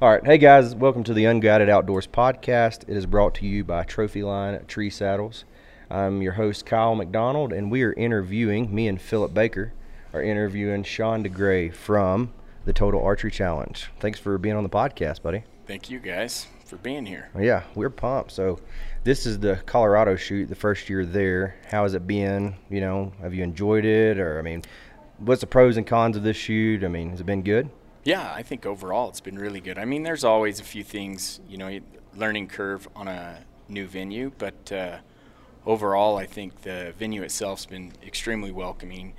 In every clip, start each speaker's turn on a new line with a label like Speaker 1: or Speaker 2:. Speaker 1: All right. Hey, guys. Welcome to the Unguided Outdoors podcast. It is brought to you by Trophy Line Tree Saddles. I'm your host, Kyle McDonald, and we are interviewing, me and Philip Baker are interviewing Sean DeGray from the Total Archery Challenge. Thanks for being on the podcast, buddy.
Speaker 2: Thank you guys for being here.
Speaker 1: Yeah, we're pumped. So, this is the Colorado shoot, the first year there. How has it been? You know, have you enjoyed it? Or, I mean, what's the pros and cons of this shoot? I mean, has it been good?
Speaker 2: Yeah, I think overall it's been really good. I mean, there's always a few things, you know, learning curve on a new venue, but uh, overall, I think the venue itself's been extremely welcoming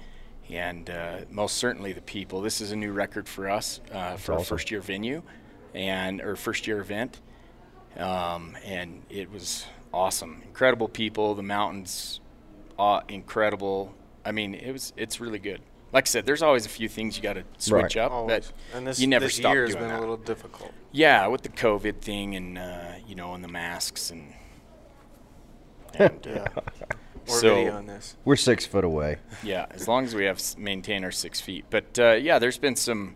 Speaker 2: and uh, most certainly the people. This is a new record for us uh, for
Speaker 1: awesome.
Speaker 2: a first year venue and or first year event, um, and it was awesome. Incredible people, the mountains, uh, incredible. I mean, it was it's really good. Like I said, there's always a few things you got to switch up,
Speaker 3: Always.
Speaker 2: but
Speaker 3: and this,
Speaker 2: you never
Speaker 3: this
Speaker 2: stop
Speaker 3: year has
Speaker 2: doing
Speaker 3: been
Speaker 2: that.
Speaker 3: a little difficult.
Speaker 2: Yeah, with the COVID thing and uh, you know, and the masks and. and
Speaker 3: Yeah. We're
Speaker 2: So-
Speaker 3: video on this.
Speaker 1: We're six foot away.
Speaker 2: yeah, as long as we have s- maintain our six feet. But uh, yeah, there's been some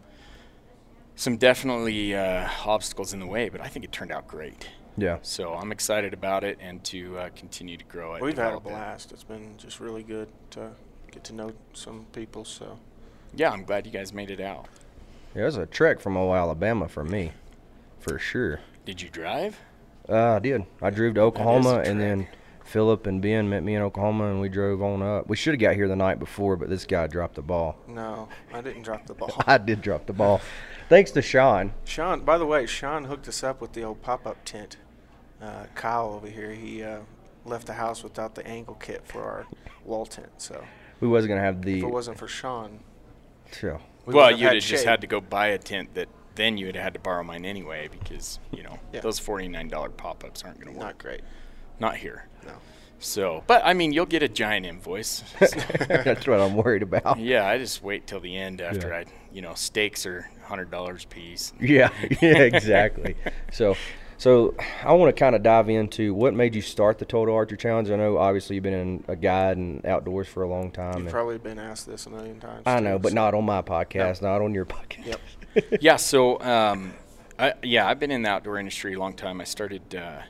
Speaker 2: some definitely uh, obstacles in the way, but I think it turned out great.
Speaker 1: Yeah.
Speaker 2: So I'm excited about it and to uh, continue to grow it.
Speaker 3: We've had a
Speaker 2: develop it.
Speaker 3: blast. It's been just really good to get to know some people. So
Speaker 2: Yeah, I'm glad you guys made it out.
Speaker 1: Yeah, it was a trek from old Alabama for me, for sure.
Speaker 2: Did you drive?
Speaker 1: Uh, I did. I drove to
Speaker 2: a
Speaker 1: Oklahoma, and
Speaker 2: trek.
Speaker 1: then Philip and Ben met me in Oklahoma, and we drove on up. We should have got here the night before, but this guy dropped the ball.
Speaker 3: no, I didn't drop the ball.
Speaker 1: I did drop the ball. Thanks to Sean.
Speaker 3: Sean, by the way, Sean hooked us up with the old pop-up tent. Uh, Kyle over here, he uh, left the house without the angle kit for our wall tent. So
Speaker 1: We wasn't gonna have
Speaker 3: if it
Speaker 1: the.
Speaker 3: wasn't for Sean,
Speaker 1: So,
Speaker 3: we
Speaker 2: well,
Speaker 3: wouldn't
Speaker 2: you'd have
Speaker 3: had
Speaker 2: just
Speaker 3: shade.
Speaker 2: had to go buy a tent that then you'd have had to borrow mine anyway because you know
Speaker 3: Yeah.
Speaker 2: those $49 pop-ups aren't going to work.
Speaker 3: Not great.
Speaker 2: Not here.
Speaker 3: No.
Speaker 2: So, but I mean, you'll get a giant invoice.
Speaker 1: that's what I'm worried about.
Speaker 2: Yeah, I just wait till the end after
Speaker 1: Yeah.
Speaker 2: I, you know, steaks are hundred dollars a piece.
Speaker 1: Yeah, yeah, exactly. so, so I want to kind of dive into what made you start the Total Archery Challenge. I know obviously you've been in a guide and outdoors for a long time.
Speaker 3: You've
Speaker 1: and-
Speaker 3: probably been asked this a million times.
Speaker 1: I
Speaker 3: too,
Speaker 1: know, but
Speaker 3: so-
Speaker 1: not on my podcast, not on your podcast.
Speaker 3: Yep.
Speaker 2: yeah. So, um, I, yeah, I've been in the outdoor industry a long time. I started. Uh,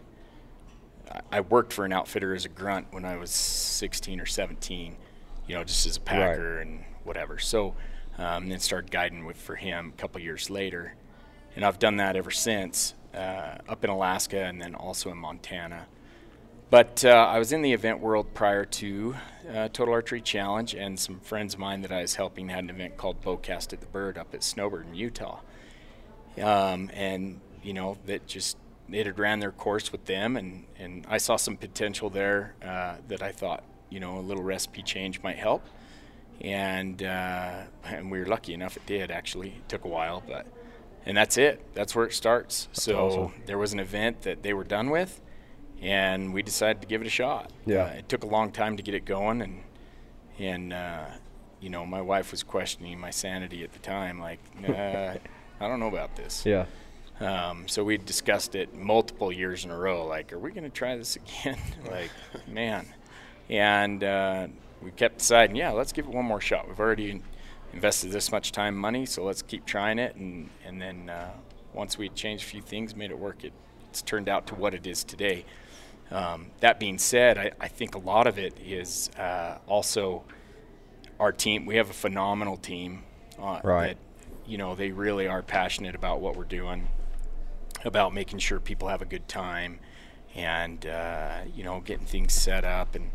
Speaker 2: I- I worked for an outfitter as a grunt when I was sixteen or seventeen. You know, just as a packer and whatever. So, um, then started guiding with for him a couple years later, and I've done that ever since. Uh, up in Alaska and then also in Montana. But uh, I was in the event world prior to uh, Total Archery Challenge, and some friends of mine that I was helping had an event called Bowcast at the Bird up at Snowbird in Utah. Um, and, you know, that just, it had ran their course with them, and, and I saw some potential there uh, that I thought, you know, a little recipe change might help. And, uh, and we were lucky enough it did actually. It took a while, but, and that's it. That's where it starts. so
Speaker 1: awesome.
Speaker 2: there was an event that they were done with and we decided to give it a shot.
Speaker 1: Yeah.
Speaker 2: Uh, it took a long time to get it going, and and uh, you know my wife was questioning my sanity at the time, like uh, I don't know about this.
Speaker 1: Yeah.
Speaker 2: Um, so we discussed it multiple years in a row. Like, are we going to try this again? like, man. And uh, we kept deciding, yeah, let's give it one more shot. We've already invested this much time, and money, so let's keep trying it. And and then uh, once we changed a few things, made it work, it, it's turned out to what it is today. Um, that being said, I, I think a lot of it is uh, also our team. We have a phenomenal team. Uh,
Speaker 1: Right.
Speaker 2: That, you know, they really are passionate about what we're doing, about making sure people have a good time, and uh, you know, getting things set up, and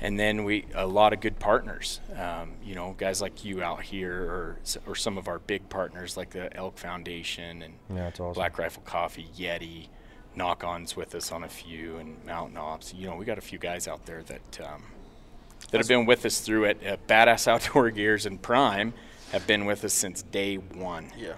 Speaker 2: and then we a lot of good partners. Um, you know, guys like you out here, or s- or some of our big partners like the Elk Foundation and
Speaker 1: Yeah, it's awesome.
Speaker 2: Black Rifle Coffee, Yeti, knock ons with us on a few, and Mountain Ops. You know, we got a few guys out there that um, that have been with us through it. Uh, Badass Outdoor Gears and Prime have been with us since day one.
Speaker 3: Yeah.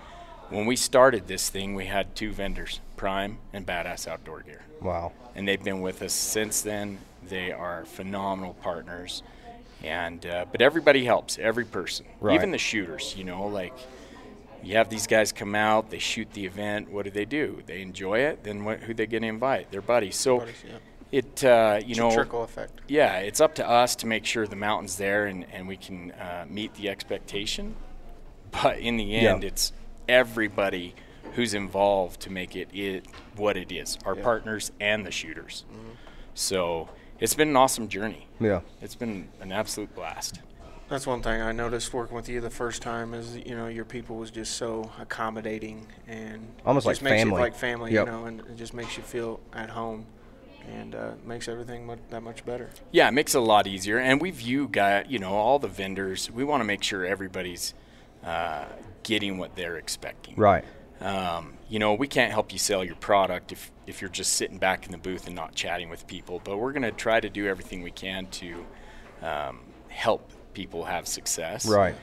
Speaker 2: When we started this thing, we had two vendors, Prime and Badass Outdoor Gear,
Speaker 1: Wow.
Speaker 2: and they've been with us since then. They are phenomenal partners, and uh, but everybody helps, every person,
Speaker 1: Right.
Speaker 2: even the shooters. You know, like you have these guys come out, they shoot the event. What do they do? They enjoy it. Then what, who they going to invite? Their buddies. So
Speaker 3: Buddies, yeah.
Speaker 2: it, uh, you
Speaker 3: It's
Speaker 2: know,
Speaker 3: a trickle effect.
Speaker 2: yeah, it's up to us to make sure the mountain's there and, and we can uh, meet the expectation. But in the end, it's everybody who's involved to make it, it what it is our
Speaker 3: Yeah.
Speaker 2: partners and the shooters. So it's been an awesome journey.
Speaker 1: Yeah.
Speaker 2: It's been an absolute blast.
Speaker 3: That's one thing I noticed working with you the first time is you know your people was just so accommodating and
Speaker 1: Almost like
Speaker 3: just makes
Speaker 1: family.
Speaker 3: You like family,
Speaker 1: Yep.
Speaker 3: you know, and it just makes you feel at home, and uh, makes everything mu that much better.
Speaker 2: Yeah, it makes it a lot easier. And we view guy, you know, all the vendors. We want to make sure everybody's uh, getting what they're expecting.
Speaker 1: Right.
Speaker 2: Um, you know, we can't help you sell your product if if you're just sitting back in the booth and not chatting with people. But we're going to try to do everything we can to um, help people have success.
Speaker 1: Right.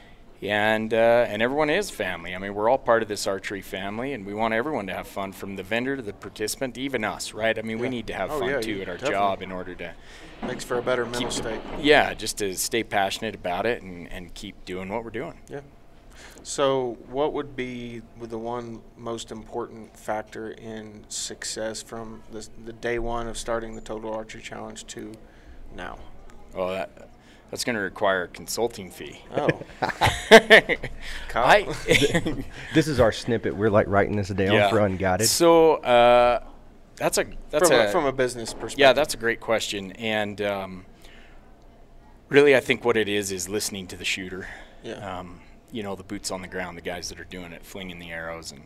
Speaker 2: And uh, and everyone is family. I mean, we're all part of this archery family, and we want everyone to have fun, from the vendor to the participant, even us, right? I mean, we
Speaker 3: Yeah.
Speaker 2: need to have
Speaker 3: Oh,
Speaker 2: fun
Speaker 3: yeah,
Speaker 2: too
Speaker 3: you-
Speaker 2: at our
Speaker 3: definitely.
Speaker 2: job in order to
Speaker 3: Makes for a better mental state.
Speaker 2: yeah, just to stay passionate about it and, and keep doing what we're doing.
Speaker 3: Yeah. So, what would be the one most important factor in success from the, the day one of starting the Total Archery Challenge to now?
Speaker 2: Well, that, that's going to require a consulting fee.
Speaker 3: Oh, Kyle?
Speaker 2: I,
Speaker 1: This is our snippet. We're like writing this down for unguided.
Speaker 2: So uh, that's a that's
Speaker 3: from, a,
Speaker 2: a,
Speaker 3: from a business perspective.
Speaker 2: yeah, that's a great question, and um, really, I think what it is is listening to the shooter.
Speaker 3: Yeah.
Speaker 2: Um, you know, the boots on the ground, the guys that are doing it, flinging the arrows, and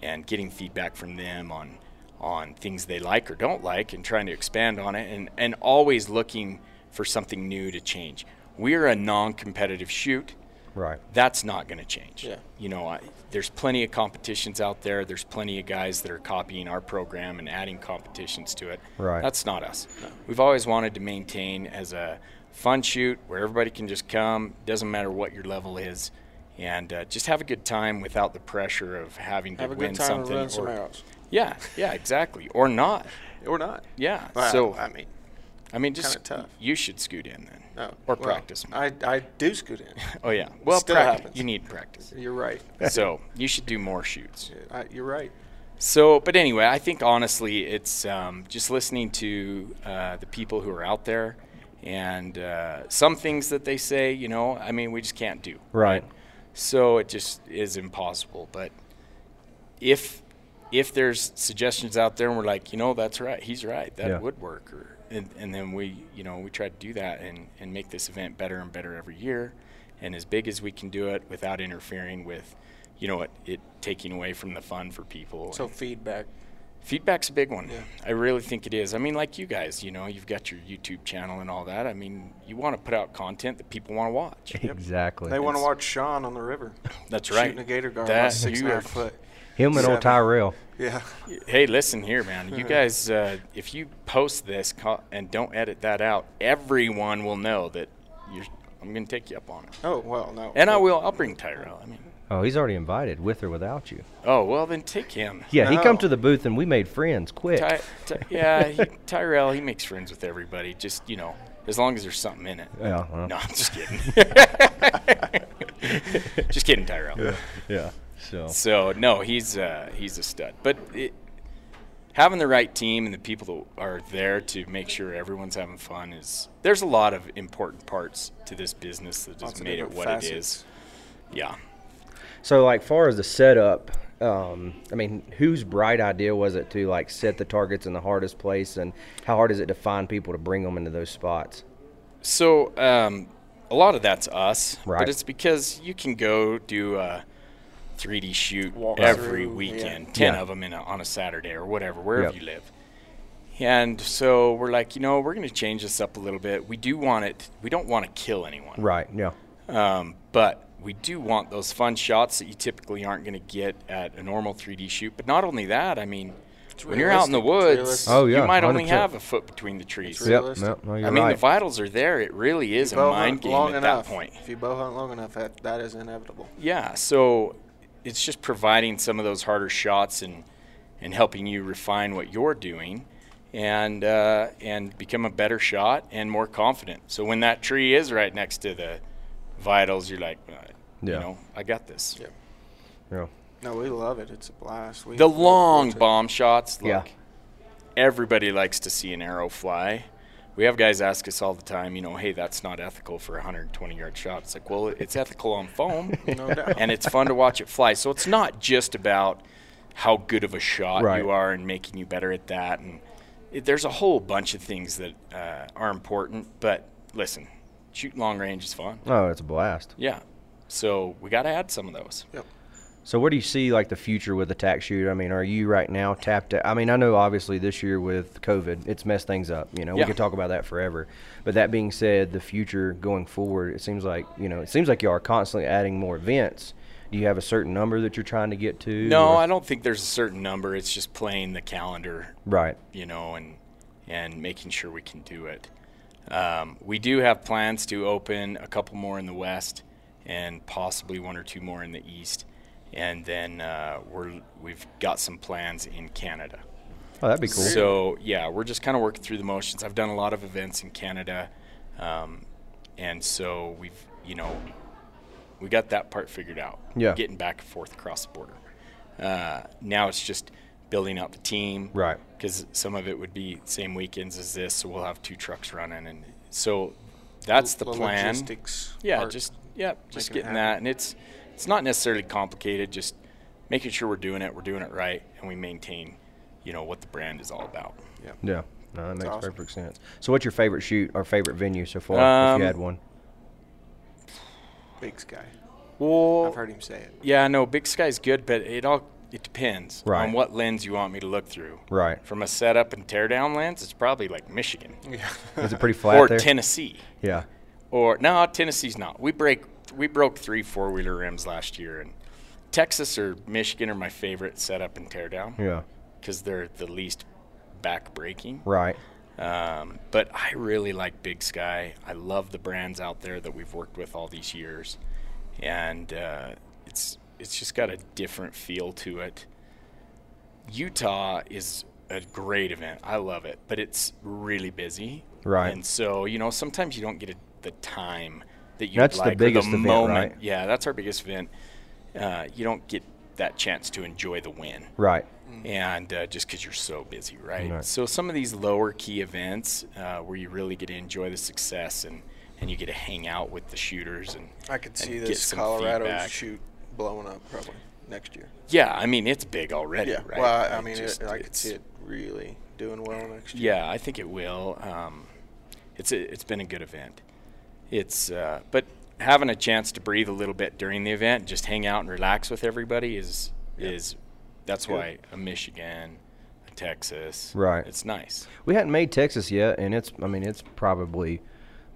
Speaker 2: and getting feedback from them on on things they like or don't like, and trying to expand on it, and and always looking for something new to change. We're a non-competitive shoot
Speaker 1: Right.
Speaker 2: that's not going to change.
Speaker 3: Yeah.
Speaker 2: You know, I, there's plenty of competitions out there. There's plenty of guys that are copying our program and adding competitions to it.
Speaker 1: Right.
Speaker 2: That's not us. We've always wanted to maintain as a fun shoot where everybody can just come, doesn't matter what your level is, and uh, just have a good time without the pressure of having to
Speaker 3: Have a
Speaker 2: win
Speaker 3: good time and
Speaker 2: something.
Speaker 3: run some
Speaker 2: or-
Speaker 3: arrows.
Speaker 2: yeah, yeah, exactly. Or not.
Speaker 3: Or not.
Speaker 2: Yeah.
Speaker 3: Well,
Speaker 2: so
Speaker 3: I mean,
Speaker 2: I mean, just
Speaker 3: kinda tough.
Speaker 2: you should scoot in then,
Speaker 3: no.
Speaker 2: or
Speaker 3: Well,
Speaker 2: practice. more.
Speaker 3: I, I do scoot in.
Speaker 2: oh yeah. Well,
Speaker 3: still
Speaker 2: practice.
Speaker 3: happens.
Speaker 2: You need practice.
Speaker 3: You're right.
Speaker 2: so you should do more shoots.
Speaker 3: I, you're right.
Speaker 2: So, but anyway, I think honestly, it's um, just listening to uh, the people who are out there, and uh, some things that they say, you know, I mean, we just can't do.
Speaker 1: Right.
Speaker 2: So it just is impossible. But if if there's suggestions out there, and we're like, you know, that's right, he's right, that
Speaker 1: Yeah.
Speaker 2: would work, or, and, and then we, you know, we try to do that and and make this event better and better every year, and as big as we can do it without interfering with. You know, it, it taking away from the fun for people.
Speaker 3: So
Speaker 2: and-
Speaker 3: feedback.
Speaker 2: Feedback's a big one.
Speaker 3: Yeah.
Speaker 2: I really think it is. I mean, like you guys, you know, you've got your YouTube channel and all that. I mean, you want to put out content that people want to watch.
Speaker 1: Exactly.
Speaker 3: They want to watch Sean on the river.
Speaker 2: That's right.
Speaker 3: Shooting a gator guard
Speaker 2: That-
Speaker 3: on six and
Speaker 2: you
Speaker 3: a
Speaker 2: are-
Speaker 3: half foot.
Speaker 1: Him and old
Speaker 3: Seven.
Speaker 1: Tyrell.
Speaker 3: Yeah.
Speaker 2: Hey, listen here, man. You guys, uh, if you post this co- and don't edit that out, everyone will know that you're. I'm going to take you up on it,
Speaker 3: Oh well, no.
Speaker 2: and I will. I'll bring Tyrell. I mean,
Speaker 1: Oh, he's already invited with or without you.
Speaker 2: oh well, then take him.
Speaker 1: Yeah, he come
Speaker 3: No.
Speaker 1: to the booth and we made friends quick.
Speaker 2: Ty, Ty, yeah, he, Tyrell. He makes friends with everybody. Just you know, as long as there's something in it.
Speaker 1: yeah. well,
Speaker 2: No, I'm just kidding. just kidding, Tyrell.
Speaker 1: Yeah. So.
Speaker 2: So no, he's uh, he's a stud. But it, having the right team and the people that are there to make sure everyone's having fun is there's a lot of important parts to this business that
Speaker 3: Lots
Speaker 2: has
Speaker 3: of
Speaker 2: made it
Speaker 3: different
Speaker 2: what it
Speaker 3: facets.
Speaker 2: is. Yeah.
Speaker 1: So, like, far as the setup, um, I mean, whose bright idea was it to like set the targets in the hardest place, and how hard is it to find people to bring them into those spots?
Speaker 2: So um, a lot of that's us,
Speaker 1: Right.
Speaker 2: but it's because you can go do a 3D shoot
Speaker 3: Walk
Speaker 2: every
Speaker 3: through,
Speaker 2: weekend,
Speaker 3: yeah.
Speaker 2: ten
Speaker 1: Yeah.
Speaker 2: of them in a, on a Saturday or whatever, wherever
Speaker 1: Yep.
Speaker 2: you live. And so we're like, you know, we're going to change this up a little bit. We do want it. We don't want to kill anyone,
Speaker 1: Right. Yeah.
Speaker 2: um, but we do want those fun shots that you typically aren't going to get at a normal 3D shoot. But not only that, I mean, when you're out in the
Speaker 3: realistic.
Speaker 2: woods,
Speaker 3: It's realistic.
Speaker 1: Oh, yeah,
Speaker 2: you might only
Speaker 1: 100%.
Speaker 2: have a foot between the trees.
Speaker 3: It's Realistic.
Speaker 1: Yep. No, no, you're
Speaker 2: I mean,
Speaker 1: right.
Speaker 2: the vitals are there. It really is a
Speaker 3: Bow
Speaker 2: mind
Speaker 3: hunt
Speaker 2: game
Speaker 3: long
Speaker 2: at
Speaker 3: enough.
Speaker 2: that point.
Speaker 3: If you bow hunt long enough, that, that is inevitable.
Speaker 2: Yeah, so it's just providing some of those harder shots and and helping you refine what you're doing and uh, and become a better shot and more confident. So when that tree is right next to the vitals, you're like, uh,
Speaker 1: Yeah.
Speaker 2: you know, I got this.
Speaker 3: Yeah.
Speaker 1: yeah.
Speaker 3: No, we love it. It's a blast. We
Speaker 2: The
Speaker 3: look
Speaker 2: long
Speaker 3: forward
Speaker 2: bomb shots, look,
Speaker 1: Yeah.
Speaker 2: everybody likes to see an arrow fly. We have guys ask us all the time, you know, hey, that's not ethical for a 120 yard shot. It's like, well, it's ethical on foam.
Speaker 3: to it. No doubt.
Speaker 2: and it's fun to watch it fly. So it's not just about how good of a shot
Speaker 1: Right.
Speaker 2: you are and making you better at that. And it, there's a whole bunch of things that uh, are important. But listen, shoot long range is fun.
Speaker 1: Oh, it's a blast.
Speaker 2: Yeah. So we got to add some of those.
Speaker 3: Yep.
Speaker 1: So where do you see like the future with the tax shoot? I mean, are you right now tapped out? I mean, I know obviously this year with COVID, it's messed things up. You know, we
Speaker 2: Yeah.
Speaker 1: could talk about that forever. But that being said, the future going forward, it seems like you know, it seems like you are constantly adding more events. Do you have a certain number that you're trying to get to?
Speaker 2: No,
Speaker 1: or-
Speaker 2: I don't think there's a certain number. It's just playing the calendar
Speaker 1: right.
Speaker 2: you know, and and making sure we can do it. Um, we do have plans to open a couple more in the west, and possibly one or two more in the east, and then uh, we're we've got some plans in Canada.
Speaker 1: Oh, that'd be cool.
Speaker 2: So yeah, we're just kind of working through the motions. I've done a lot of events in Canada, um, and so we've you know we got that part figured out.
Speaker 1: Yeah.
Speaker 2: getting back and forth across the border. Uh, now it's just building out the team.
Speaker 1: Right.
Speaker 2: Because some of it would be same weekends as this, so we'll have two trucks running, and so that's the, plan.
Speaker 3: Logistics.
Speaker 2: Yeah,
Speaker 3: part.
Speaker 2: just yeah, just
Speaker 3: making it
Speaker 2: getting that, and it's it's not necessarily complicated. Just making sure we're doing it, we're doing it right, and we maintain, you know, what the brand is all about.
Speaker 3: Yep.
Speaker 1: yeah, no, that makes
Speaker 3: awesome.
Speaker 1: perfect sense. So, what's your favorite shoot or favorite venue so far? if
Speaker 2: Um,
Speaker 1: you had one,
Speaker 3: Big Sky.
Speaker 2: Well,
Speaker 3: I've heard him say it.
Speaker 2: yeah, no, Big Sky's good, but it all it depends
Speaker 1: Right.
Speaker 2: on what lens you want me to look through.
Speaker 1: right?
Speaker 2: From a setup and teardown lens, it's probably like Michigan
Speaker 3: Yeah.
Speaker 1: Is it pretty flat
Speaker 2: or
Speaker 1: there?
Speaker 2: Tennessee.
Speaker 1: Yeah,
Speaker 2: or no tennessee's not we break we broke three four-wheeler rims last year and texas or michigan are my favorite setup and teardown
Speaker 1: yeah,
Speaker 2: because they're the least back breaking
Speaker 1: right.
Speaker 2: um, but i really like big sky i love the brands out there that we've worked with all these years and uh, it's it's just got a different feel to it utah is a great event i love it but it's really busy
Speaker 1: Right.
Speaker 2: and so, you know, sometimes you don't get a, the time that you
Speaker 1: That's the
Speaker 2: like or
Speaker 1: biggest event,
Speaker 2: moment.
Speaker 1: right?
Speaker 2: Yeah, that's our biggest event. Uh, you don't get that chance to enjoy the win,
Speaker 1: Right.
Speaker 2: and uh, just because you're so busy, right?
Speaker 1: Right.
Speaker 2: So some of these lower key events uh, where you really get to enjoy the success and and you get to hang out with the shooters and
Speaker 3: I could see
Speaker 2: and get
Speaker 3: this
Speaker 2: some
Speaker 3: Colorado
Speaker 2: feedback.
Speaker 3: shoot blowing up probably next year.
Speaker 2: Yeah, I mean it's big already,
Speaker 3: Yeah.
Speaker 2: right?
Speaker 3: Well, I, I mean,
Speaker 2: just-
Speaker 3: it, I could
Speaker 2: it's-
Speaker 3: see it really doing well next year.
Speaker 2: Yeah, I think it will. Um, it's a, it's been a good event. It's uh, but having a chance to breathe a little bit during the event, just hang out and relax with everybody is is that's why a Michigan, a Texas,
Speaker 1: Right.
Speaker 2: It's nice.
Speaker 1: We hadn't made Texas yet, and it's I mean it's probably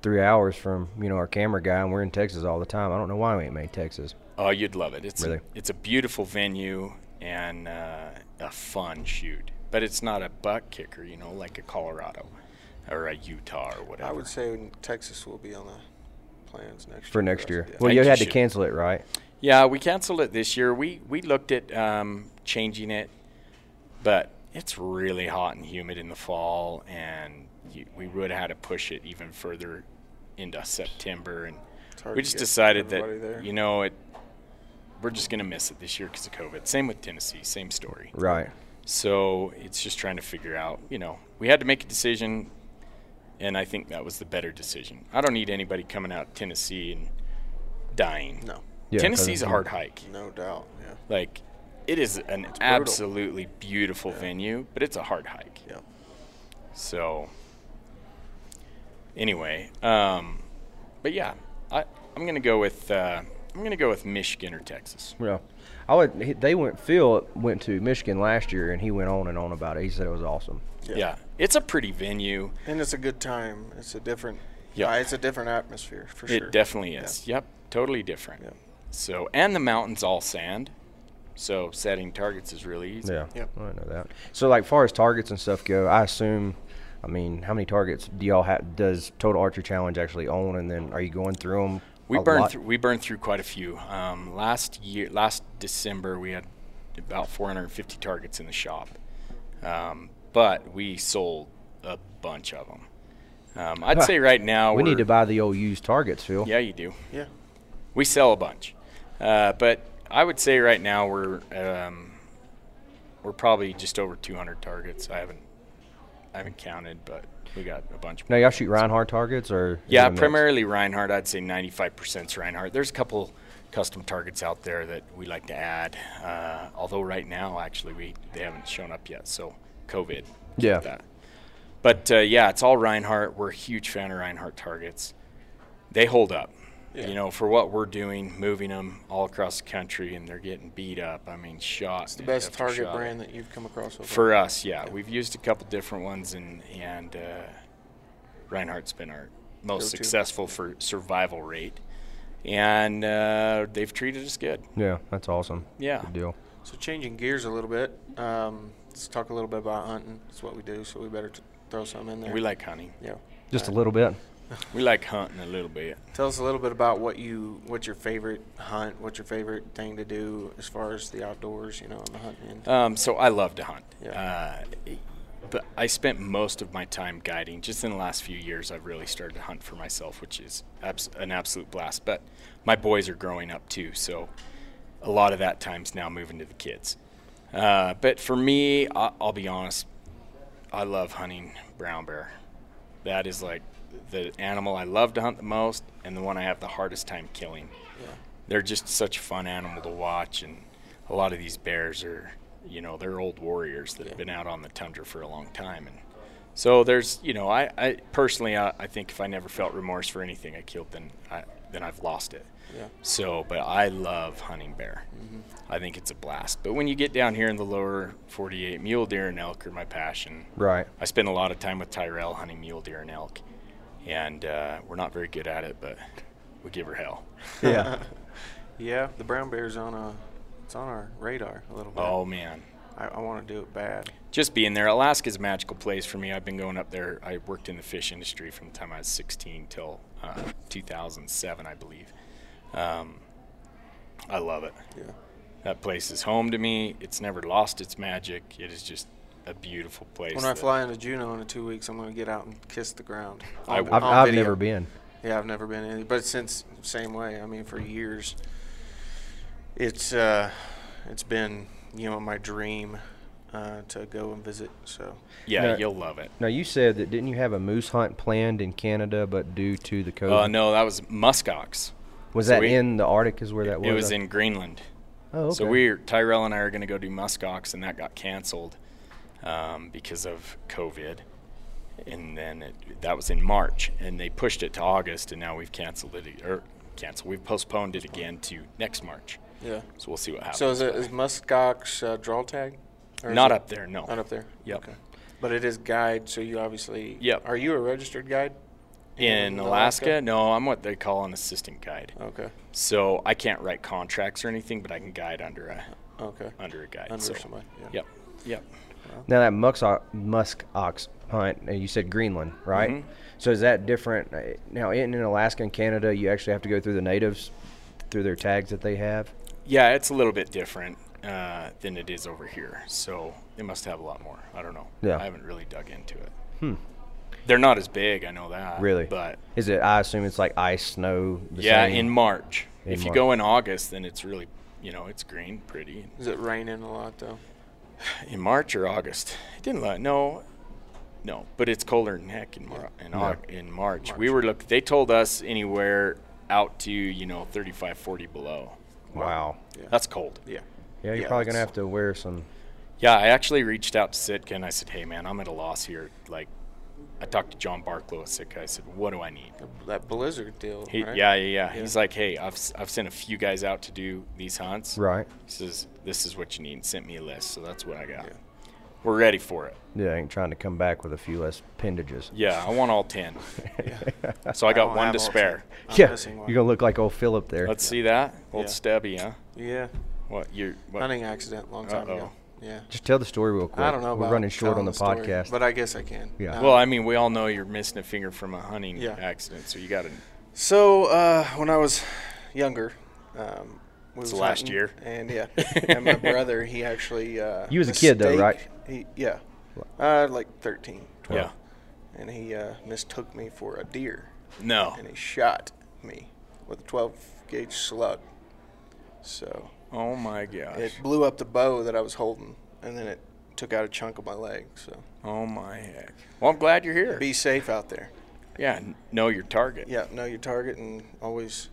Speaker 1: three hours from you know our camera guy, and we're in Texas all the time. I don't know why we ain't made Texas.
Speaker 2: Oh, you'd love it. It's
Speaker 1: Really?
Speaker 2: a, it's a beautiful venue and uh, a fun shoot, but it's not a butt kicker, you know, like a Colorado or a Utah or whatever.
Speaker 3: I would say Texas will be on the plans next year.
Speaker 1: for next
Speaker 3: us,
Speaker 1: year.
Speaker 3: yeah.
Speaker 1: Well,
Speaker 2: Thank
Speaker 1: you
Speaker 2: you,
Speaker 1: had to
Speaker 2: Ship.
Speaker 1: cancel it, right?
Speaker 2: Yeah, we canceled it this year. We we looked at um, changing it, but it's really hot and humid in the fall, and you, we would have had to push it even further into September. And
Speaker 3: hard
Speaker 2: we
Speaker 3: to
Speaker 2: just
Speaker 3: get
Speaker 2: decided that
Speaker 3: everybody there.
Speaker 2: you know it, we're just gonna miss it this year because of COVID. Same with Tennessee, same story.
Speaker 1: Right.
Speaker 2: So it's just trying to figure out. You know, we had to make a decision, and I think that was the better decision. I don't need anybody coming out of Tennessee and dying.
Speaker 3: No,
Speaker 1: Yeah,
Speaker 2: Tennessee's
Speaker 1: Tennessee.
Speaker 2: a hard hike.
Speaker 3: no doubt. Yeah.
Speaker 2: Like, it is an absolutely beautiful venue, but it's a hard hike.
Speaker 3: Yeah.
Speaker 2: So, anyway, um, but yeah, I, I'm gonna go with uh, I'm gonna go with Michigan or Texas.
Speaker 1: Yeah. I would. he- They went. Phil went to Michigan last year, and he went on and on about it. He said it was awesome.
Speaker 2: Yeah, it's a pretty venue.
Speaker 3: And it's a good time. It's a different.
Speaker 2: Yeah.
Speaker 3: Yeah. it's a different atmosphere for sure.
Speaker 2: It definitely is. Yep, totally different.
Speaker 3: Yep.
Speaker 2: So, and the mountains all sand, so setting targets is really easy.
Speaker 1: Yeah.
Speaker 3: Yep.
Speaker 1: I know that. So, like, far as targets and stuff go, I assume. I mean, how many targets do y'all have? Does Total Archer Challenge actually own? And then, are you going through them?
Speaker 2: We burned through, we burned through quite a few. Um, last year, last December, we had about 450 targets in the shop, um, but we sold a bunch of them. Um, I'd say right now
Speaker 1: We need to
Speaker 2: we're-
Speaker 1: buy the old used targets, Phil.
Speaker 2: Yeah, you do.
Speaker 3: Yeah.
Speaker 2: We sell a bunch, uh, but I would say right now we're um, we're probably just over 200 targets. I haven't I haven't counted, but we got a bunch.
Speaker 1: Now, y'all shoot Reinhard targets, or is it
Speaker 2: Yeah,
Speaker 1: a mix?
Speaker 2: primarily Reinhardt. I'd say 95% is Reinhardt. There's a couple custom targets out there that we like to add. Uh, although right now, actually, we they haven't shown up yet, so COVID.
Speaker 1: Yeah.
Speaker 2: That. But uh, yeah, it's all Reinhardt. We're a huge fan of Reinhardt targets. They hold up.
Speaker 3: Yeah.
Speaker 2: You know, for what we're doing, moving them all across the country, and they're getting beat up. I mean, shot.
Speaker 3: It's the best target brand that you've come across. So far.
Speaker 2: For us, yeah, we've used a couple different ones, and and uh, Reinhardt's been our most
Speaker 3: Go-to.
Speaker 2: successful for survival rate, and uh, they've treated us good.
Speaker 1: Yeah, that's awesome.
Speaker 2: Yeah.
Speaker 1: Good deal.
Speaker 3: So changing gears a little bit, um, let's talk a little bit about hunting. It's what we do, so we better t- throw some in there.
Speaker 2: We like hunting.
Speaker 3: yeah.
Speaker 1: Just a little bit.
Speaker 2: We like hunting a little bit.
Speaker 3: Tell us a little bit about what you, what's your favorite hunt, what's your favorite thing to do as far as the outdoors, you know, on the hunting end.
Speaker 2: Um, so I love to hunt.
Speaker 3: Yeah.
Speaker 2: Uh, but I spent most of my time guiding. Just in the last few years, I've really started to hunt for myself, which is abs- an absolute blast. But my boys are growing up too, so a lot of that time's now moving to the kids. Uh, but for me, I- I'll be honest, I love hunting brown bear. That is like the animal I love to hunt the most, and the one I have the hardest time killing they're just such a fun animal to watch and a lot of these bears are you know they're old warriors that have been out on the tundra for a long time and so there's you know i, I personally I, I think if i never felt remorse for anything i killed then i then i've lost it
Speaker 3: Yeah.
Speaker 2: so but i love hunting bear i think it's a blast but when you get down here in the lower 48 mule deer and elk are my passion
Speaker 1: Right.
Speaker 2: I spend a lot of time with Tyrell hunting mule deer and elk, and uh, we're not very good at it, but we give her hell.
Speaker 1: Yeah.
Speaker 3: Yeah, the brown bear's on a, it's on our radar a little bit.
Speaker 2: Oh man,
Speaker 3: I, I want to do it bad.
Speaker 2: just being there. Alaska's a magical place for me. I've been going up there. I worked in the fish industry from the time I was 16 till uh, 2007, I believe. Um, I love it.
Speaker 3: Yeah.
Speaker 2: That place is home to me. It's never lost its magic. It is just a beautiful place.
Speaker 3: When I
Speaker 2: that-
Speaker 3: fly into Juneau in two weeks, I'm going to get out and kiss the ground.
Speaker 2: I-
Speaker 3: On-
Speaker 1: I've,
Speaker 3: on
Speaker 1: I've
Speaker 3: video.
Speaker 1: never been.
Speaker 3: Yeah, I've never been in, but since same way. I mean, for years, it's uh, it's been you know my dream uh, to go and visit. So
Speaker 2: yeah,
Speaker 1: No.
Speaker 2: you'll love it.
Speaker 1: Now you said that didn't you have a moose hunt planned in Canada, but due to the
Speaker 2: Oh
Speaker 1: COVID,
Speaker 2: no, that was muskox.
Speaker 1: was
Speaker 2: so
Speaker 1: that
Speaker 2: we-
Speaker 1: in the Arctic? Is where that was?
Speaker 2: It was
Speaker 1: Uh,
Speaker 2: in Greenland.
Speaker 1: Oh, okay.
Speaker 2: So we're Tyrell and I are going to go do muskox, and that got canceled um, because of COVID. And then it, that was in March, and they pushed it to August, and now we've canceled it or canceled. We've postponed it again to next March.
Speaker 3: yeah.
Speaker 2: So we'll see what happens.
Speaker 3: So is it is muskox uh, draw tag? Or is
Speaker 2: not
Speaker 3: it-
Speaker 2: up there? No.
Speaker 3: Not up there.
Speaker 2: Yep.
Speaker 3: But it is guide, so you obviously.
Speaker 2: Yep.
Speaker 3: Are you a registered guide?
Speaker 2: in Alaska? No, I'm what they call an assistant guide.
Speaker 3: Okay.
Speaker 2: So I can't write contracts or anything, but I can guide under a
Speaker 3: Okay.
Speaker 2: under a guide.
Speaker 3: Under
Speaker 2: so,
Speaker 3: somebody. Yeah.
Speaker 2: Yep. Yep.
Speaker 1: now that musk o- musk ox hunt. uh, You said Greenland, right?
Speaker 2: Mm-hmm.
Speaker 1: So is that different? uh, Now in, in Alaska and Canada, you actually have to go through the natives, through their tags that they have.
Speaker 2: Yeah, it's a little bit different uh, than it is over here. So they must have a lot more. I don't know.
Speaker 1: Yeah.
Speaker 2: I haven't really dug into it. Hmm. They're not as big, I know that.
Speaker 1: Really?
Speaker 2: But
Speaker 1: Is it? I assume it's like ice, snow. The
Speaker 2: yeah,
Speaker 1: same-
Speaker 2: in March.
Speaker 1: In
Speaker 2: if you
Speaker 1: March.
Speaker 2: go in August, then it's really, you know, it's green, pretty.
Speaker 3: Is it raining a lot though?
Speaker 2: In March or August, it didn't let no, no. But it's colder than heck in Mar- in, Au- in March. We were look. They told us anywhere out to you know 35, 40 below.
Speaker 1: Wow.
Speaker 2: That's cold.
Speaker 3: Yeah.
Speaker 1: Yeah, you're
Speaker 3: Yeah,
Speaker 1: probably gonna
Speaker 3: that's-
Speaker 1: have to wear some.
Speaker 2: Yeah, I actually reached out to Sitka and I said, "Hey, man, I'm at a loss here." Like, I talked to John Barklow at Sitka. I said, "What do I need?"
Speaker 3: That blizzard deal.
Speaker 2: He,
Speaker 3: right?
Speaker 2: yeah, yeah, yeah,
Speaker 3: Yeah.
Speaker 2: He's like, "Hey, I've s- I've sent a few guys out to do these hunts.
Speaker 1: Right.
Speaker 2: He says, "This is what you need." Sent me a list, so that's what I got.
Speaker 3: Yeah.
Speaker 2: We're ready for it.
Speaker 1: Yeah, I ain't trying to come back with a few less appendages.
Speaker 2: Yeah, I want all ten. So I
Speaker 3: I
Speaker 2: got
Speaker 3: don't
Speaker 2: one
Speaker 3: have
Speaker 2: to
Speaker 3: all ten.
Speaker 2: spare.
Speaker 3: I'm
Speaker 1: yeah,
Speaker 3: missing
Speaker 1: you're
Speaker 3: one.
Speaker 1: gonna look like old Philip there.
Speaker 2: Let's see that old
Speaker 3: Yeah.
Speaker 2: Stubby, huh?
Speaker 3: Yeah.
Speaker 2: What you? What?
Speaker 3: Hunting accident long time ago.
Speaker 2: Uh-oh.
Speaker 3: Yeah.
Speaker 1: Just tell the story real quick.
Speaker 3: I don't know.
Speaker 1: We're
Speaker 3: about
Speaker 1: running short on
Speaker 3: telling
Speaker 1: the,
Speaker 3: story,
Speaker 1: podcast.
Speaker 3: but I guess I can. Uh,
Speaker 1: Yeah.
Speaker 2: Well, I mean, we all know you're missing a finger from a hunting
Speaker 3: Yeah.
Speaker 2: accident, so you got to.
Speaker 3: so uh, when I was younger, um, we was
Speaker 2: last
Speaker 3: hunting,
Speaker 2: year.
Speaker 3: and yeah, and my brother he actually uh,
Speaker 1: You was a kid, though, right?
Speaker 3: He, yeah, uh, like 13, 12.
Speaker 2: Yeah.
Speaker 3: and he uh, mistook me for a deer,
Speaker 2: No.
Speaker 3: and he shot me with a 12 gauge slug. So
Speaker 2: Oh my gosh.
Speaker 3: it blew up the bow that I was holding, and then it took out a chunk of my leg. So
Speaker 2: Oh my heck. Well, I'm glad you're here.
Speaker 3: be safe out there.
Speaker 2: Yeah, n- know your target.
Speaker 3: Yeah, know your target and always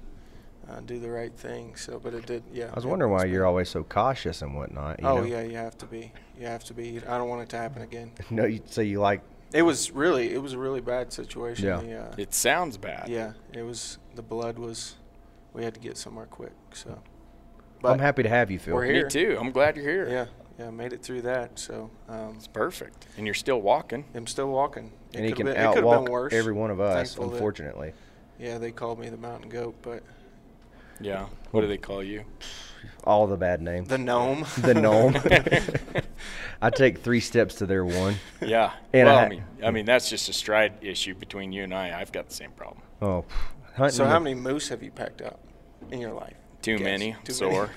Speaker 3: uh, do the right thing. So, but it did. Yeah.
Speaker 1: I was wondering why you're always so cautious and whatnot. You
Speaker 3: Oh
Speaker 1: know?
Speaker 3: yeah, you have to be. You have to be. I don't want it to happen again.
Speaker 1: No, you so you like
Speaker 3: It was really. It was a really bad situation.
Speaker 1: Yeah.
Speaker 3: The, uh,
Speaker 2: It sounds bad.
Speaker 3: yeah. It was. The blood was. We had to get somewhere quick. So.
Speaker 1: I'm happy to have you, Phil.
Speaker 3: We're
Speaker 2: Me
Speaker 3: here.
Speaker 2: too. I'm glad you're here.
Speaker 3: Yeah. Yeah. Made it through that. So. Um,
Speaker 2: It's perfect. And you're still walking.
Speaker 3: I'm still walking.
Speaker 1: and he
Speaker 3: could've
Speaker 1: can
Speaker 3: been- could've been
Speaker 1: outwalk
Speaker 3: worse.
Speaker 1: every one of us,
Speaker 3: Thankful that-
Speaker 1: unfortunately.
Speaker 3: Yeah, they called me the mountain goat, but
Speaker 2: Yeah. What do they call you?
Speaker 1: All the bad names.
Speaker 3: the gnome.
Speaker 1: The
Speaker 3: Oh.
Speaker 1: gnome. I take three steps to their one.
Speaker 2: Yeah.
Speaker 1: And
Speaker 2: well, I,
Speaker 1: I-
Speaker 2: mean, I mean, that's just a stride issue between you and I. I've got the same problem.
Speaker 1: Oh, hunting.
Speaker 3: so how
Speaker 1: with-
Speaker 3: many moose have you packed up in your life?
Speaker 2: Too
Speaker 3: Guess.
Speaker 2: many.
Speaker 3: Too
Speaker 2: sore.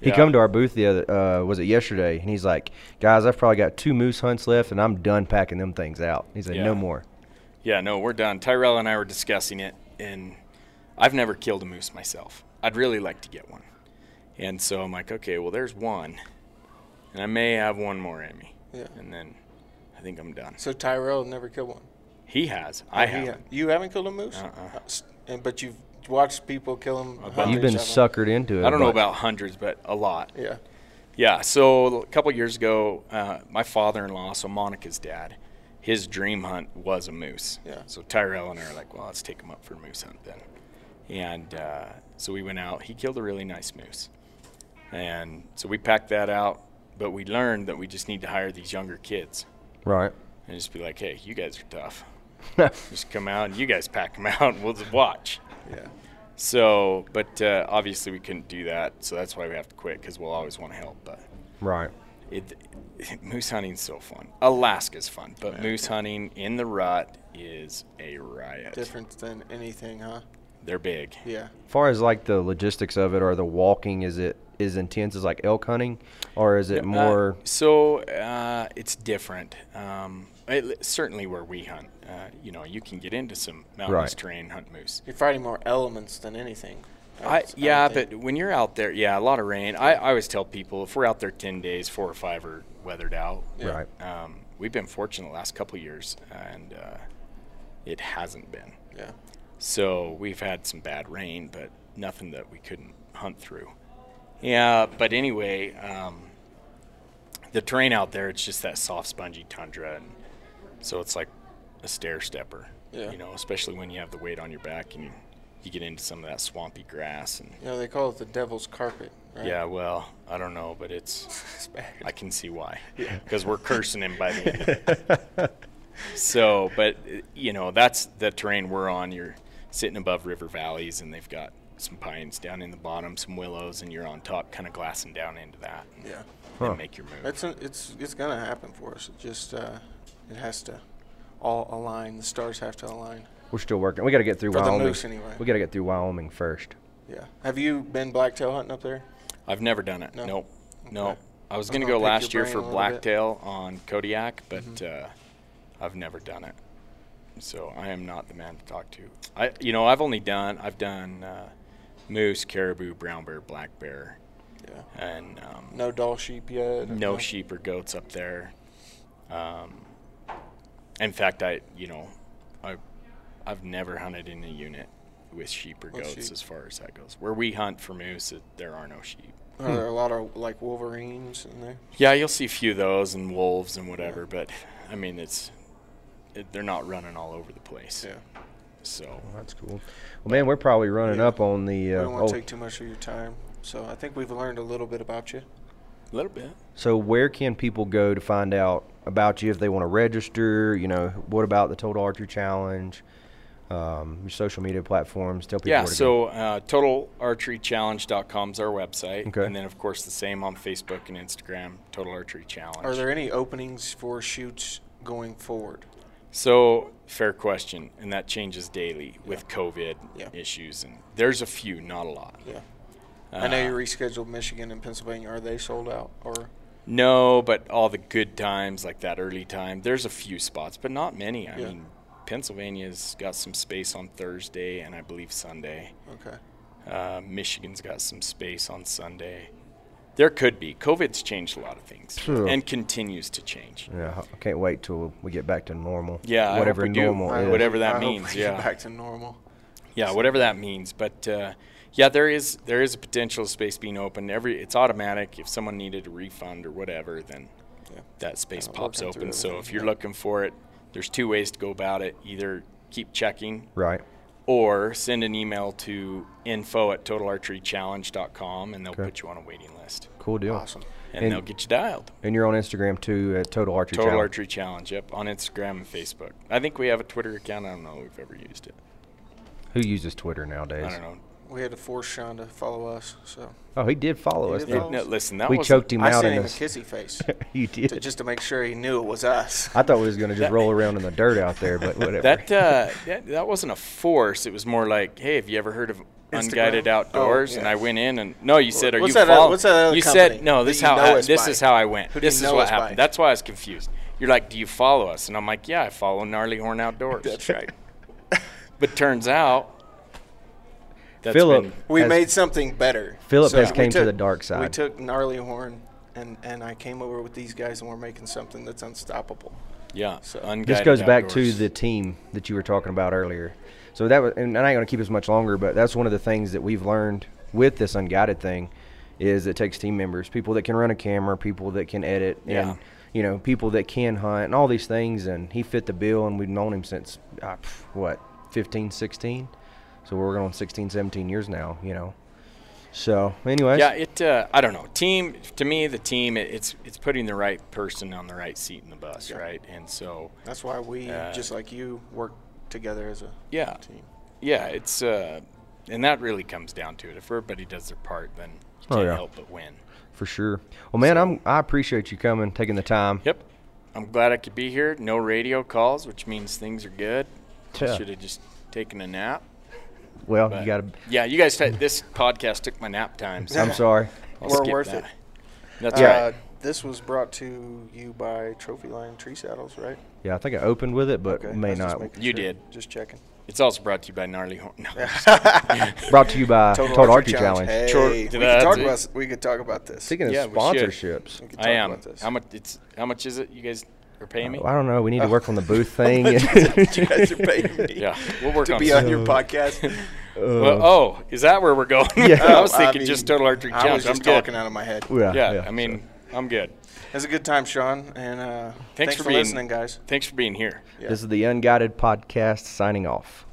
Speaker 1: He come to our booth the other uh, was it yesterday, and he's like, "Guys, I've probably got two moose hunts left, and I'm done packing them things out." He's like,
Speaker 2: Yeah.
Speaker 1: "No more."
Speaker 2: Yeah, no, we're done. Tyrell and I were discussing it, and I've never killed a moose myself. I'd really like to get one. And so I'm like, okay, well, there's one, and I may have one more in me.
Speaker 3: Yeah.
Speaker 2: And then I think I'm done.
Speaker 3: So Tyrell never killed one.
Speaker 2: He has. I
Speaker 3: He-
Speaker 2: have.
Speaker 3: You haven't killed a moose?
Speaker 2: Uh-uh.
Speaker 3: S- And but you've watched people kill them.
Speaker 1: You've been suckered into it.
Speaker 2: I don't know
Speaker 1: but
Speaker 2: about hundreds, but a lot.
Speaker 3: Yeah.
Speaker 2: Yeah, so a couple years ago, uh, my father-in-law, so Monica's dad, his dream hunt was a moose.
Speaker 3: Yeah.
Speaker 2: So Tyrell and I are like, well, let's take him up for a moose hunt then. And uh, so we went out. He killed a really nice moose, and so we packed that out. But we learned that we just need to hire these younger kids
Speaker 1: right.
Speaker 2: and just be like, hey, you guys are tough. just come out and you guys pack them out, and we'll just watch.
Speaker 3: Yeah.
Speaker 2: So, but uh, obviously we couldn't do that, so that's why we have to quit because we'll always want to help, but
Speaker 1: Right.
Speaker 2: it, moose hunting's so fun. Alaska's fun, but moose hunting in the rut is a riot.
Speaker 3: Different than anything, huh?
Speaker 2: They're big.
Speaker 3: Yeah.
Speaker 1: As far as like the logistics of it, or the walking, is it as intense as like elk hunting, or is it more?
Speaker 2: Uh, so uh, it's different. Um, it, certainly where we hunt, uh, you know, you can get into some mountainous
Speaker 1: Right.
Speaker 2: terrain, hunt moose.
Speaker 3: You're fighting more elements than anything.
Speaker 2: I,
Speaker 3: would- would
Speaker 2: yeah,
Speaker 3: think.
Speaker 2: but when you're out there, yeah, a lot of rain. I, I always tell people if we're out there 10 days, four or five are weathered out.
Speaker 3: Yeah.
Speaker 1: Right.
Speaker 2: Um, we've been fortunate the last couple years, and uh, it hasn't been.
Speaker 3: Yeah.
Speaker 2: So we've had some bad rain, but nothing that we couldn't hunt through. Yeah, but anyway, um, the terrain out there, it's just that soft, spongy tundra. And so it's like a stair stepper,
Speaker 3: Yeah.
Speaker 2: you know, especially when you have the weight on your back and you, you get into some of that swampy grass. And
Speaker 3: You know, they call it the devil's carpet, right?
Speaker 2: yeah, well, I don't know, but it's,
Speaker 3: It's bad.
Speaker 2: I can see why. Because we're cursing him by the end. so, but uh, you know, that's the terrain we're on. You're sitting above river valleys, and they've got some pines down in the bottom, some willows, and you're on top, kind of glassing down into that and,
Speaker 3: yeah.
Speaker 1: Huh.
Speaker 2: make your move.
Speaker 3: It's a, it's it's gonna happen for us. It just uh, it has to all align. The stars have to align.
Speaker 1: We're still working. We got to get through
Speaker 3: For the
Speaker 1: Wyoming.
Speaker 3: moose, anyway.
Speaker 1: We got to get through Wyoming first.
Speaker 3: Yeah. Have you been blacktail hunting up there?
Speaker 2: I've never done it.
Speaker 3: No?
Speaker 2: Nope. Nope.
Speaker 3: Okay.
Speaker 2: I was
Speaker 3: I'm
Speaker 2: gonna
Speaker 3: gonna
Speaker 2: go
Speaker 3: pick
Speaker 2: last
Speaker 3: your
Speaker 2: year
Speaker 3: brain
Speaker 2: for
Speaker 3: a little bit. Mm-hmm.
Speaker 2: blacktail on Kodiak, but uh, I've never done it. So I am not the man to talk to. I, you know, I've only done I've done uh, moose, caribou, brown bear, black bear,
Speaker 3: Yeah.
Speaker 2: and um,
Speaker 3: No doll sheep yet.
Speaker 2: no sheep or goats up there. Um, in fact, I you know, I I've never hunted in a unit with sheep or
Speaker 3: With
Speaker 2: goats
Speaker 3: sheep.
Speaker 2: as far as that goes. Where we hunt for moose, it, there are no sheep.
Speaker 1: Hmm.
Speaker 3: Are there a lot of like wolverines in there?
Speaker 2: Yeah, you'll see a few of those and wolves and whatever, but I mean it's it, they're not running all over the place.
Speaker 3: Yeah.
Speaker 2: So
Speaker 1: That's cool. Well, man, we're probably running
Speaker 3: Yeah.
Speaker 1: up on the.
Speaker 3: I
Speaker 1: Uh,
Speaker 3: don't want
Speaker 1: oh,
Speaker 3: to take too much of your time. So I think we've learned a little bit about you.
Speaker 2: a little bit.
Speaker 1: So where can people go to find out about you if they want to register? You know, what about the Total Archery Challenge? Um, your social media platforms. Tell people.
Speaker 2: Yeah,
Speaker 1: where to
Speaker 2: so uh, totalarcherychallenge.com is our website.
Speaker 1: Okay.
Speaker 2: And then, of course, the same on Facebook and Instagram, Total Archery Challenge.
Speaker 3: Are there any openings for shoots going forward?
Speaker 2: So, fair question, and that changes daily with COVID
Speaker 3: Yeah.
Speaker 2: issues, and there's a few, not a lot.
Speaker 3: Yeah. I know you
Speaker 2: Uh,
Speaker 3: rescheduled Michigan and Pennsylvania. Are they sold out or?
Speaker 2: No, but all the good times, like that early time, there's a few spots, but not many. I
Speaker 3: Yeah.
Speaker 2: mean, Pennsylvania's got some space on Thursday and I believe Sunday.
Speaker 3: Okay.
Speaker 2: Uh, Michigan's got some space on Sunday. There could be. COVID's changed a lot of things
Speaker 1: Sure.
Speaker 2: and continues to change.
Speaker 1: go. Yeah, I can't wait till we get back to normal.
Speaker 2: Yeah, I hope
Speaker 1: whatever
Speaker 2: we do.
Speaker 1: normal
Speaker 2: I
Speaker 1: is.
Speaker 2: Whatever that
Speaker 3: I hope
Speaker 2: means,
Speaker 3: we get
Speaker 2: yeah.
Speaker 3: Back to normal.
Speaker 2: yeah, whatever that means. But uh, yeah, there is there is a potential space being open. Every it's automatic. If someone needed a refund or whatever, then
Speaker 3: Yeah.
Speaker 2: that space
Speaker 3: Kinda
Speaker 2: pops
Speaker 3: working through
Speaker 2: open. So
Speaker 3: everything,
Speaker 2: if you're looking for it, there's two ways to go about it. Either keep checking
Speaker 1: Right.
Speaker 2: or send an email to info at totalarcherychallenge.com and they'll
Speaker 1: Okay.
Speaker 2: put you on a waiting list
Speaker 1: Cool deal.
Speaker 3: Awesome.
Speaker 2: and,
Speaker 1: And-
Speaker 2: they'll get you dialed.
Speaker 1: And you're on Instagram too at Total Archery
Speaker 2: Total
Speaker 1: Challenge.
Speaker 2: Archery Challenge, yep, on Instagram and Facebook. I think we have a Twitter account. I don't know if we've ever used it.
Speaker 1: Who uses Twitter nowadays?
Speaker 2: I don't know.
Speaker 3: We had to force Sean to follow us, so
Speaker 1: Oh, he did follow
Speaker 3: He
Speaker 1: us.
Speaker 3: did
Speaker 1: didn't
Speaker 3: follow
Speaker 2: No, listen, that
Speaker 1: we
Speaker 2: was
Speaker 1: choked him
Speaker 3: I
Speaker 1: out
Speaker 3: sent
Speaker 1: in
Speaker 3: him a
Speaker 1: this.
Speaker 3: kissy face
Speaker 1: you
Speaker 3: to,
Speaker 1: did.
Speaker 3: just to make sure he knew it was us.
Speaker 1: I thought we was gonna just roll around in the dirt out there, but whatever.
Speaker 2: That, uh, that that wasn't a force. It was more like, hey, have you ever heard of unguided
Speaker 3: Instagram?
Speaker 2: outdoors?
Speaker 3: Oh,
Speaker 2: And
Speaker 3: yeah.
Speaker 2: I went in and no, you said, are
Speaker 3: What's
Speaker 2: you
Speaker 3: that other-
Speaker 2: follow-"
Speaker 3: what's that other
Speaker 2: You
Speaker 3: company
Speaker 2: said no.
Speaker 3: that
Speaker 2: This
Speaker 3: you
Speaker 2: how
Speaker 3: know
Speaker 2: I,
Speaker 3: us
Speaker 2: this
Speaker 3: by?
Speaker 2: is how I went.
Speaker 3: Who do
Speaker 2: this
Speaker 3: you
Speaker 2: is
Speaker 3: know
Speaker 2: what
Speaker 3: us
Speaker 2: happened.
Speaker 3: by?
Speaker 2: That's why I was confused. You're like, do you follow us? And I'm like, yeah, I follow Gnarly Horn Outdoors.
Speaker 3: That's right.
Speaker 2: But turns out, that's
Speaker 1: Philip,
Speaker 2: been-
Speaker 3: We
Speaker 1: has-
Speaker 3: made something better.
Speaker 1: Philip has
Speaker 3: we
Speaker 1: came to the dark side.
Speaker 3: We took gnarly horn, and and I came over with these guys, and we're making something that's unstoppable.
Speaker 2: yeah,
Speaker 3: So-
Speaker 2: unguided
Speaker 1: This goes back to
Speaker 2: outdoors.
Speaker 1: the team that you were talking about earlier. So that was, and I ain't gonna keep us much longer, but that's one of the things that we've learned with this unguided thing, is it takes team members, people that can run a camera, people that can edit,
Speaker 2: Yeah.
Speaker 1: and you know, people that can hunt, and all these things. And he fit the bill, and we've known him since uh, pff, what 15, 16. So we're working on 16, 17 years now. You know. So, anyways,
Speaker 2: Yeah, it. Uh, I don't know. Team to me, the team. It, it's it's putting the right person on the right seat in the bus,
Speaker 3: Yeah.
Speaker 2: right? And so,
Speaker 3: That's why we,
Speaker 2: Uh,
Speaker 3: just like you, work together as a
Speaker 2: yeah,
Speaker 3: team.
Speaker 2: yeah, it's. Uh, and that really comes down to it. If everybody does their part, then you
Speaker 1: Oh,
Speaker 2: can't
Speaker 1: yeah.
Speaker 2: help but win.
Speaker 1: for sure. Well, man, I'm I appreciate you coming, taking the time.
Speaker 2: Yep. I'm glad I could be here. No radio calls, which means things are good.
Speaker 1: Yeah.
Speaker 2: Should have just taken a nap.
Speaker 1: Well,
Speaker 2: but-
Speaker 1: you got to.
Speaker 2: Yeah, you guys. T- this podcast took my nap time. So
Speaker 1: I'm sorry.
Speaker 2: I'll
Speaker 3: We're
Speaker 2: skip
Speaker 3: worth
Speaker 2: that.
Speaker 3: it.
Speaker 2: That's
Speaker 3: Uh,
Speaker 2: right.
Speaker 3: this was brought to you by Trophy Line Tree Saddles, right?
Speaker 1: Yeah, I think I opened with it, but
Speaker 3: Okay, I
Speaker 1: may
Speaker 3: was just
Speaker 1: not.
Speaker 3: making
Speaker 2: You did.
Speaker 3: Just checking.
Speaker 2: It's also brought to you by Gnarly Horn. No,
Speaker 1: Brought to you by Uh, Total, Archery Challenge.
Speaker 2: Chor-
Speaker 3: Hey, we, could
Speaker 2: that's
Speaker 3: talk
Speaker 2: it.
Speaker 3: about, we could talk about this.
Speaker 1: Speaking of
Speaker 2: Yeah, we should.
Speaker 1: sponsorships,
Speaker 3: We could
Speaker 2: I
Speaker 3: talk
Speaker 2: am.
Speaker 3: about this.
Speaker 2: How much? It's how much is it? You guys are paying me?
Speaker 1: I don't know. We need to work on the booth thing.
Speaker 3: you guys are paying me
Speaker 2: Yeah, we'll work
Speaker 3: to
Speaker 2: on
Speaker 3: be
Speaker 2: some.
Speaker 3: on your podcast.
Speaker 1: Uh,
Speaker 2: Well, oh, is that where we're going? Yeah. I was
Speaker 3: Oh,
Speaker 2: thinking
Speaker 3: mean,
Speaker 2: just total archery
Speaker 3: I was
Speaker 2: challenge.
Speaker 3: just
Speaker 2: I'm good.
Speaker 3: talking out of my head.
Speaker 1: yeah,
Speaker 2: Yeah,
Speaker 1: yeah,
Speaker 2: I mean, I'm good.
Speaker 3: It was a good time, Sean, and uh,
Speaker 2: Thanks,
Speaker 3: for,
Speaker 2: being,
Speaker 3: listening, guys.
Speaker 2: Thanks for being here.
Speaker 1: so this is the Unguided Podcast signing off.